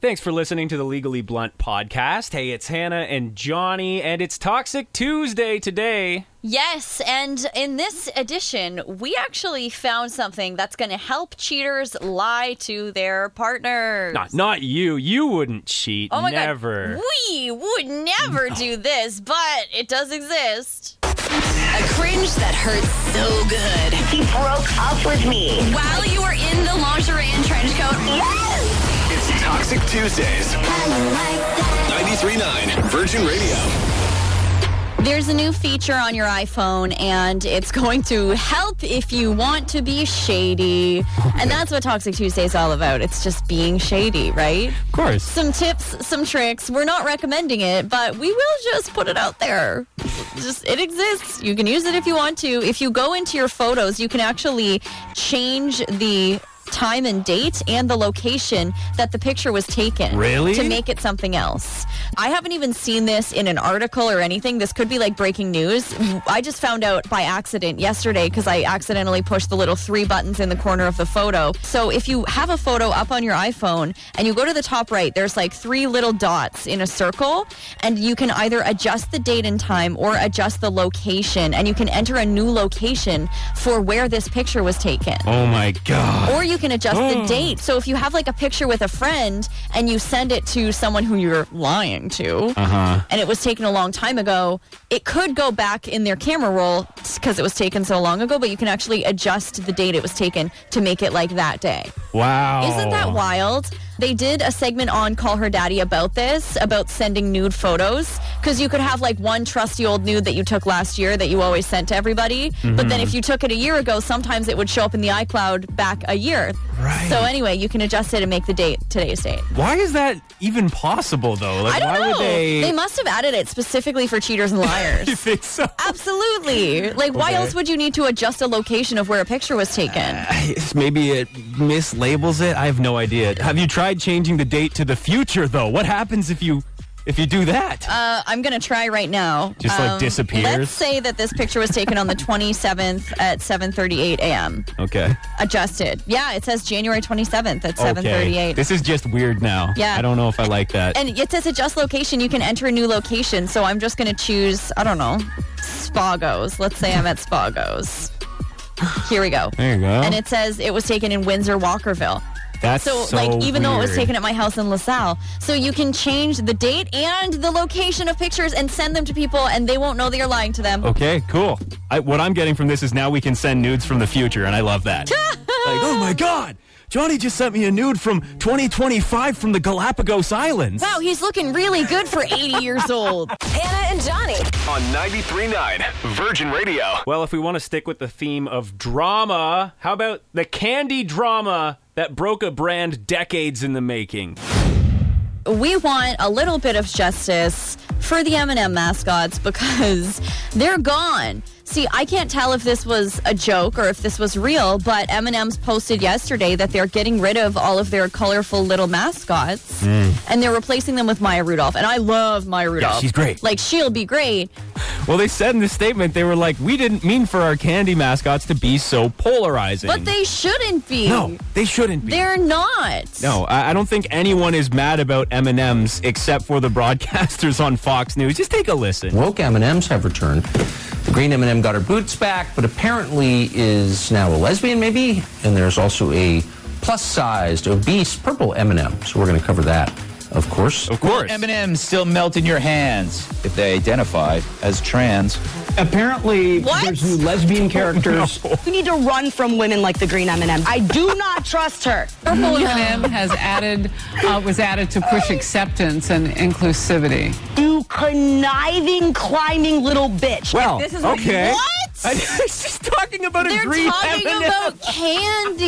Thanks for listening to the Legally Blunt podcast. Hey, it's Hannah and Johnny, and it's Toxic Tuesday today. Yes, and in this edition, we actually found something that's going to help cheaters lie to their partners. Not, not you. You wouldn't cheat. oh my never. god, we would never do this, but it does exist. A cringe that hurts so good. He broke up with me. While you are in the lingerie and trench coat, Yes! It's Toxic Tuesdays. 93.9 Virgin Radio. There's a new feature on your iPhone, and it's going to help if you want to be shady. And that's what Toxic Tuesday is all about. It's just being shady, right? Of course. some tips, some tricks. We're not recommending it, but we will just put it out there. Just it exists. You can use it if you want to. If you go into your photos, you can actually change the time and date and the location that the picture was taken. Really? To make it something else. I haven't even seen this in an article or anything. This could be like breaking news. I just found out by accident yesterday because I accidentally pushed the little three buttons in the corner of the photo. So if you have a photo up on your iPhone and you go to the top right, there's like three little dots in a circle, and you can either adjust the date and time or adjust the location, and you can enter a new location for where this picture was taken Oh my god. or you can adjust the date. So if you have like a picture with a friend and you send it to someone who you're lying to, and it was taken a long time ago, it could go back in their camera roll because it was taken so long ago. But you can actually adjust the date it was taken to make it like that day. Wow. Isn't that wild? They did a segment on Call Her Daddy about this, about sending nude photos. Because you could have like one trusty old nude that you took last year that you always sent to everybody. But then Mm-hmm. if you took it a year ago, sometimes it would show up in the iCloud back a year. Right. So anyway, you can adjust it and make the date today's date. Why is that even possible though? Like I don't why know. would they must have added it specifically for cheaters and You liars. think so? Absolutely. Like, why Okay. else would you need to adjust a location of where a picture was taken? Maybe it mislabels it. I have no idea. Have you tried changing the date to the future though? What happens if you if you do that? Uh, I'm gonna try right now. Um, Just, like, disappears? Let's say that this picture was taken on the 27th at 7:38 a.m. okay. Adjusted. Yeah, it says January 27th at 7:38. Okay. This is just weird now. Yeah. I don't know if I like that. and it says adjust location. You can enter a new location. So I'm just gonna choose. I don't know. Spago's. Let's say I'm at Spago's. Here we go. there you go. And it says it was taken in Windsor Walkerville. That's So, so, like, even though it was weird. taken at my house in LaSalle. So, you can change the date and the location of pictures and send them to people, and they won't know that you're lying to them. Okay, cool. I, what I'm getting from this is now we can send nudes from the future, and I love that. like, oh my god, Johnny just sent me a nude from 2025 from the Galapagos Islands. Wow, he's looking really good for 80 years old. Hannah and Johnny. On 93.9 Virgin Radio. Well, if we want to stick with the theme of drama, how about the candy drama that broke a brand decades in the making? We want a little bit of justice for the M&M mascots because they're gone. See, I can't tell if this was a joke or if this was real, but M&M's posted yesterday that they're getting rid of all of their colorful little mascots Hmm. and they're replacing them with Maya Rudolph. And I love Maya Rudolph. she's great. Like she'll be great, Well, they said in the statement they were like, we didn't mean for our candy mascots to be so polarizing. but they shouldn't be. no, they shouldn't be. They're not. No, I, I don't think anyone is mad about M&Ms except for the broadcasters on Fox News. Just take a listen. Woke M&Ms have returned. The green M&M got her boots back, but apparently is now a lesbian, maybe. And there's also a plus-sized, obese purple M&M. So we're going to cover that, of course. Of course. M&Ms still melt in your hands if they identify as trans. Apparently, What? there's new lesbian characters. We need to run from women like the green M&M. I do not trust her. Purple M&M has added, uh, was added to push acceptance and inclusivity. You conniving, climbing little bitch. Well, This is what you okay. What? She's talking about a They're green talking M&M. about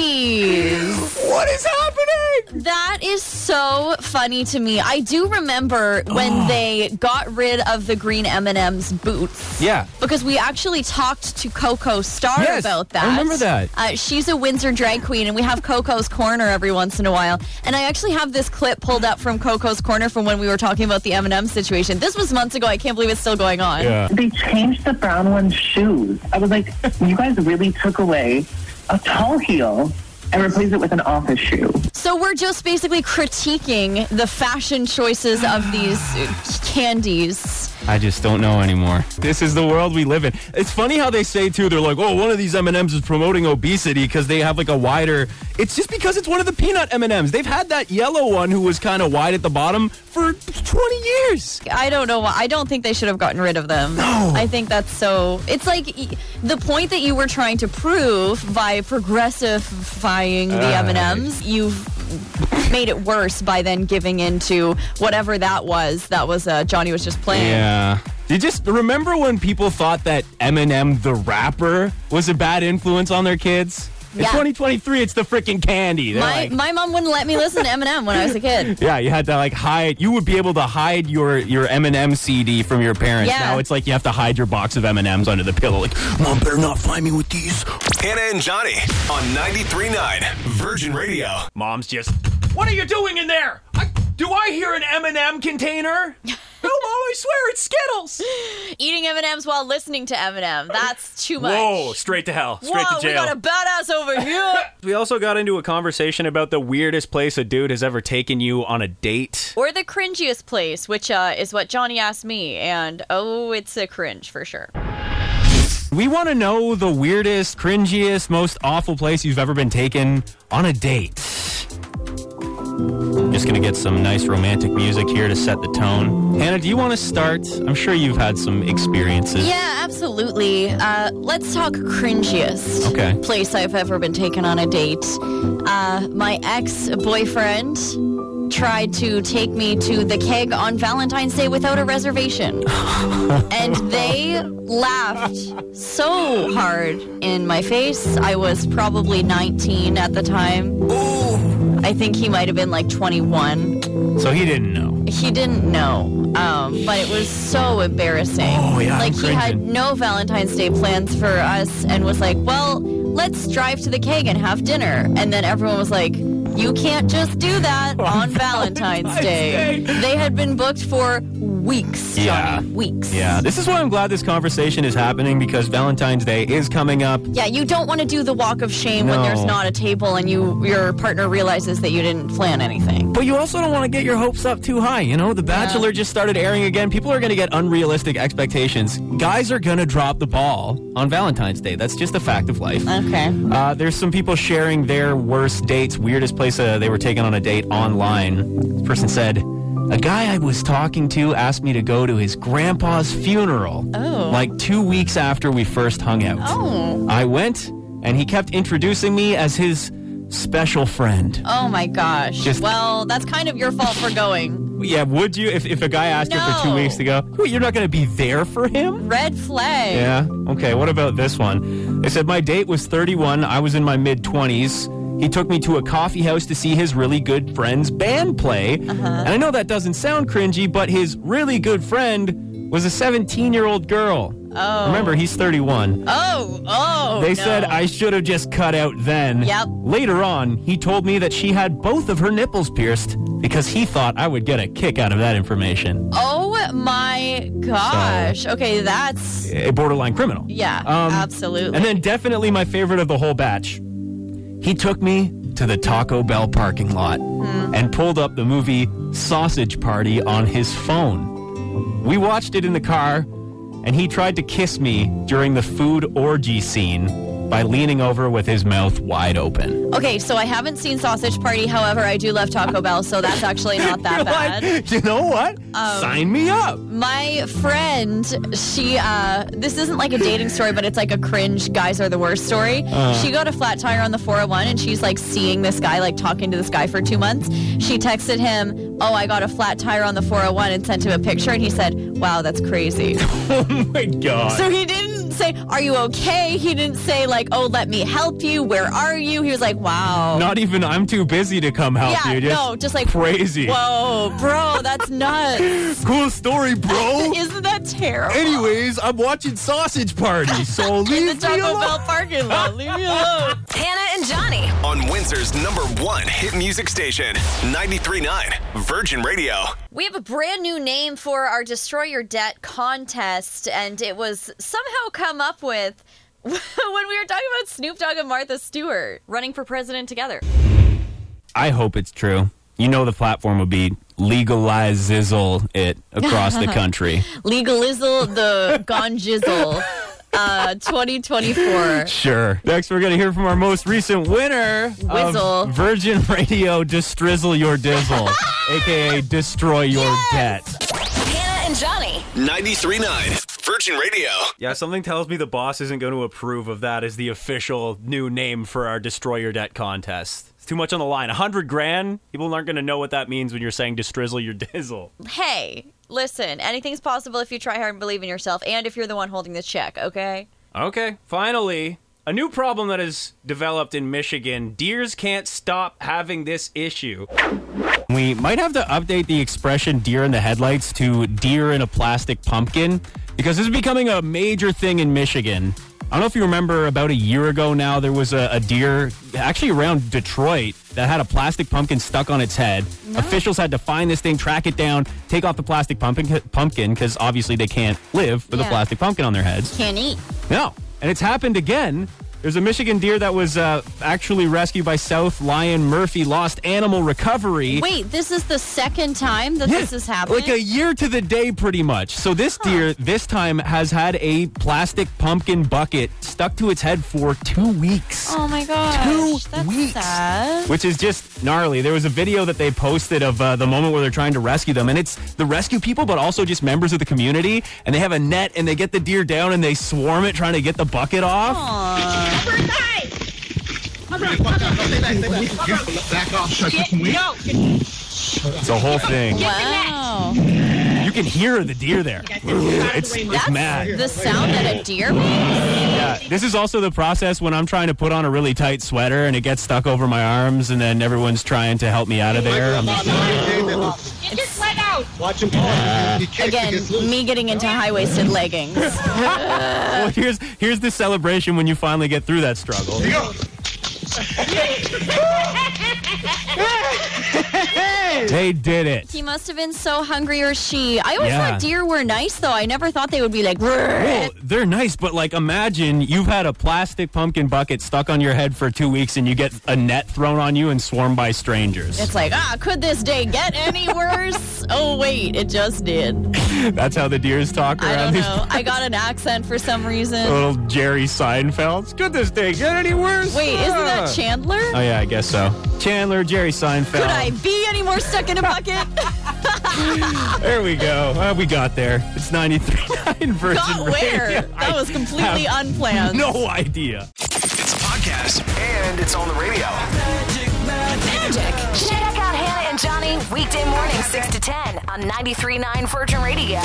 candies. what is happening? That is so funny to me. I do remember when they got rid of the green M&M's boots. Yeah. Because we actually talked to Coco Star Yes, about I that. remember that. Uh, she's a Windsor drag queen, and we have Coco's Corner every once in a while. And I actually have this clip pulled up from Coco's Corner from when we were talking about the M&M situation. This was months ago. I can't believe it's still going on. They changed the brown one's shoes. I was like, you guys really took away a tall heel and replace it with an office shoe. So we're just basically critiquing the fashion choices of these uh, candies. I just don't know anymore. This is the world we live in. It's funny how they say too. They're like, "Oh, one of these M and M's is promoting obesity because they have like a wider." It's just because it's one of the peanut M and M's. They've had that yellow one who was kind of wide at the bottom for twenty years. I don't know why. I don't think they should have gotten rid of them. No. I think that's so. It's like y- the point that you were trying to prove by progressifying the Ah, M and M's. You've made it worse by then giving in to whatever that was. That was uh, Johnny was just playing. Yeah. You just remember when people thought that Eminem the rapper was a bad influence on their kids? In Yeah. 2023, it's the freaking candy. They're My like- my mom wouldn't let me listen to Eminem when I was a kid. yeah, you had to like hide. You would be able to hide your your Eminem CD from your parents. Yeah. Now it's like you have to hide your box of M and M's under the pillow. Like, mom, better not find me with these. Hannah and Johnny on 93.9 Virgin Radio. Mom's just, what are you doing in there? I, do I hear an M&M container? no, mom, I swear it's Skittles. Eating M and M's while listening to Eminem. That's too much. Whoa, straight to hell, straight Whoa, to jail. we got a badass over here. We also got into a conversation about the weirdest place a dude has ever taken you on a date. Or the cringiest place, which uh, is what Johnny asked me, and oh, it's a cringe for sure. We want to know the weirdest, cringiest, most awful place you've ever been taken on a date. Just gonna get some nice romantic music here to set the tone. Hannah, do you want to start? I'm sure you've had some experiences. Yeah, absolutely. Uh, let's talk cringiest Okay. place I've ever been taken on a date. Uh, my ex boyfriend tried to take me to the keg on Valentine's Day without a reservation. and they laughed so hard in my face. I was probably 19 at the time. I think he might have been like 21. So he didn't know. He didn't know, um, but it was so embarrassing. Oh, yeah, I'm Like he had cringing. no Valentine's Day plans for us, and was like, "Well, let's drive to the keg and have dinner." And then everyone was like, "You can't just do that on Valentine's Day." Day. They had been booked for weeks, Yeah. Johnny, weeks. Yeah, this is why I'm glad this conversation is happening because Valentine's Day is coming up. Yeah, you don't want to do the walk of shame when No. there's not a table and you your partner realizes that you didn't plan anything. But you also don't want to get your hopes up too high. You know, The Bachelor just started airing again. People are going to get unrealistic expectations. Guys are going to drop the ball on Valentine's Day. That's just a fact of life. Okay. Uh, there's some people sharing their worst dates, weirdest place uh, they were taken on a date online. This person said, a guy I was talking to asked me to go to his grandpa's funeral. Oh. Like two weeks after we first hung out. Oh. I went, and he kept introducing me as his special friend. Oh my gosh. Just- well, that's kind of your fault for going. Yeah, would you if, if a guy asked you for two No. weeks to go? Wait, you're not going to be there for him? Red flag. Yeah. Okay, what about this one? They said, My date was 31. I was in my mid 20s. He took me to a coffee house to see his really good friend's band play. Uh-huh. And I know that doesn't sound cringy, but his really good friend was a 17 year old girl. Oh. Remember, he's 31. Oh, oh. they no. said I should have just cut out then. Yep. Later on, he told me that she had both of her nipples pierced because he thought I would get a kick out of that information. Oh my gosh. Okay, that's. a borderline criminal. Yeah, absolutely. Um, And then definitely my favorite of the whole batch. He took me to the Taco Bell parking lot Hmm. and pulled up the movie Sausage Party on his phone. We watched it in the car, and he tried to kiss me during the food orgy scene by leaning over with his mouth wide open. Okay, so I haven't seen Sausage Party. However, I do love Taco Bell, so that's actually not that You're bad. Um, like, you know what? Sign me up. My friend, she, uh, this isn't like a dating story, but it's like a cringe guys are the worst story. Uh-huh. she got a flat tire on the 401 and she's like seeing this guy, like talking to this guy for two months. She texted him, Oh, I got a flat tire on the 401 and sent him a picture. And he said, Wow, that's crazy. Oh my god. So he didn't say, Are you okay? He didn't say, like, Oh, let me help you. Where are you? He was like, Wow. Not even I'm too busy to come help yeah, you. Just no, just like crazy. Whoa, bro, that's nuts. Cool story, bro. Isn't that terrible? Anyways, I'm watching Sausage Party, so In the leave me Taco Bell alone. parking lot. Leave me alone. Hannah and Johnny. On Windsor's number one hit music station, 93.9 Virgin Radio. We have a brand new name for our Destroy Your Debt contest, and it was somehow come up with when we were talking about Snoop Dogg and Martha Stewart running for president together. I hope it's true. You know the platform would be legalize zizzle it across the country. Legalizzle the gonjizzle. Uh, 2024. Sure. Next, we're going to hear from our most recent winner Whizzle. of Virgin Radio Distrizzle Your Dizzle, aka Destroy Your Debt. Hannah and Johnny. 93.9 Virgin Radio. Yeah, something tells me the boss isn't going to approve of that as the official new name for our Destroy Your Debt contest. It's too much on the line. A hundred grand? People aren't going to know what that means when you're saying Distrizzle Your Dizzle. Hey, listen, anything's possible if you try hard and believe in yourself and if you're the one holding the check, okay? Okay, finally, a new problem that has developed in Michigan. Deers can't stop having this issue. We might have to update the expression deer in the headlights to deer in a plastic pumpkin because this is becoming a major thing in Michigan. I don't know if you remember about a year ago now, there was a, a deer actually around Detroit that had a plastic pumpkin stuck on its head. Officials had to find this thing, track it down, take off the plastic pumpkin pumpkin because obviously they can't live with a Yeah. plastic pumpkin on their heads. Can't eat. No. And it's happened again. There's a Michigan deer that was uh, actually rescued by South Lion Murphy Lost Animal Recovery. Wait, this is the second time that this has happened? Like a year to the day, pretty much. So this deer, this time, has had a plastic pumpkin bucket stuck to its head for two weeks. Oh my gosh. Two that's weeks. sad. Which is just gnarly. There was a video that they posted of uh, the moment where they're trying to rescue them, and it's the rescue people, but also just members of the community. And they have a net, and they get the deer down, and they swarm it, trying to get the bucket off. It's a whole thing. Wow. You can hear the deer there. It's, it's mad. The sound that a deer makes? Yeah. Uh, This is also the process when I'm trying to put on a really tight sweater and it gets stuck over my arms, and then everyone's trying to help me out of there. I'm just- Again, me getting into high waisted leggings. well, "Oh, here's here's the celebration when you finally get through that struggle. They did it. He must have been so hungry, or she. I always Yeah. thought deer were nice, though. I never thought they would be like. Well, Oh, they're nice, but like imagine you've had a plastic pumpkin bucket stuck on your head for two weeks and you get a net thrown on you and swarmed by strangers. It's like, ah, could this day get any worse? oh, wait, it just did. That's how the Oh, deers talk I around don't these know. I got an accent for some reason. little Jerry Seinfelds. Could this day get any worse? Wait, isn't that Ah. Chandler? Oh yeah, I guess so. Chandler, Jerry Seinfeld. Could I be any more stuck in a bucket? There we go. Uh, we got there. It's 93.9 Virgin Got where? Radio. I That was completely have unplanned. No idea. It's a podcast and it's on the radio. Magic. Check out Hannah and Johnny weekday morning 6 to 10 on 93.9 Virgin Radio.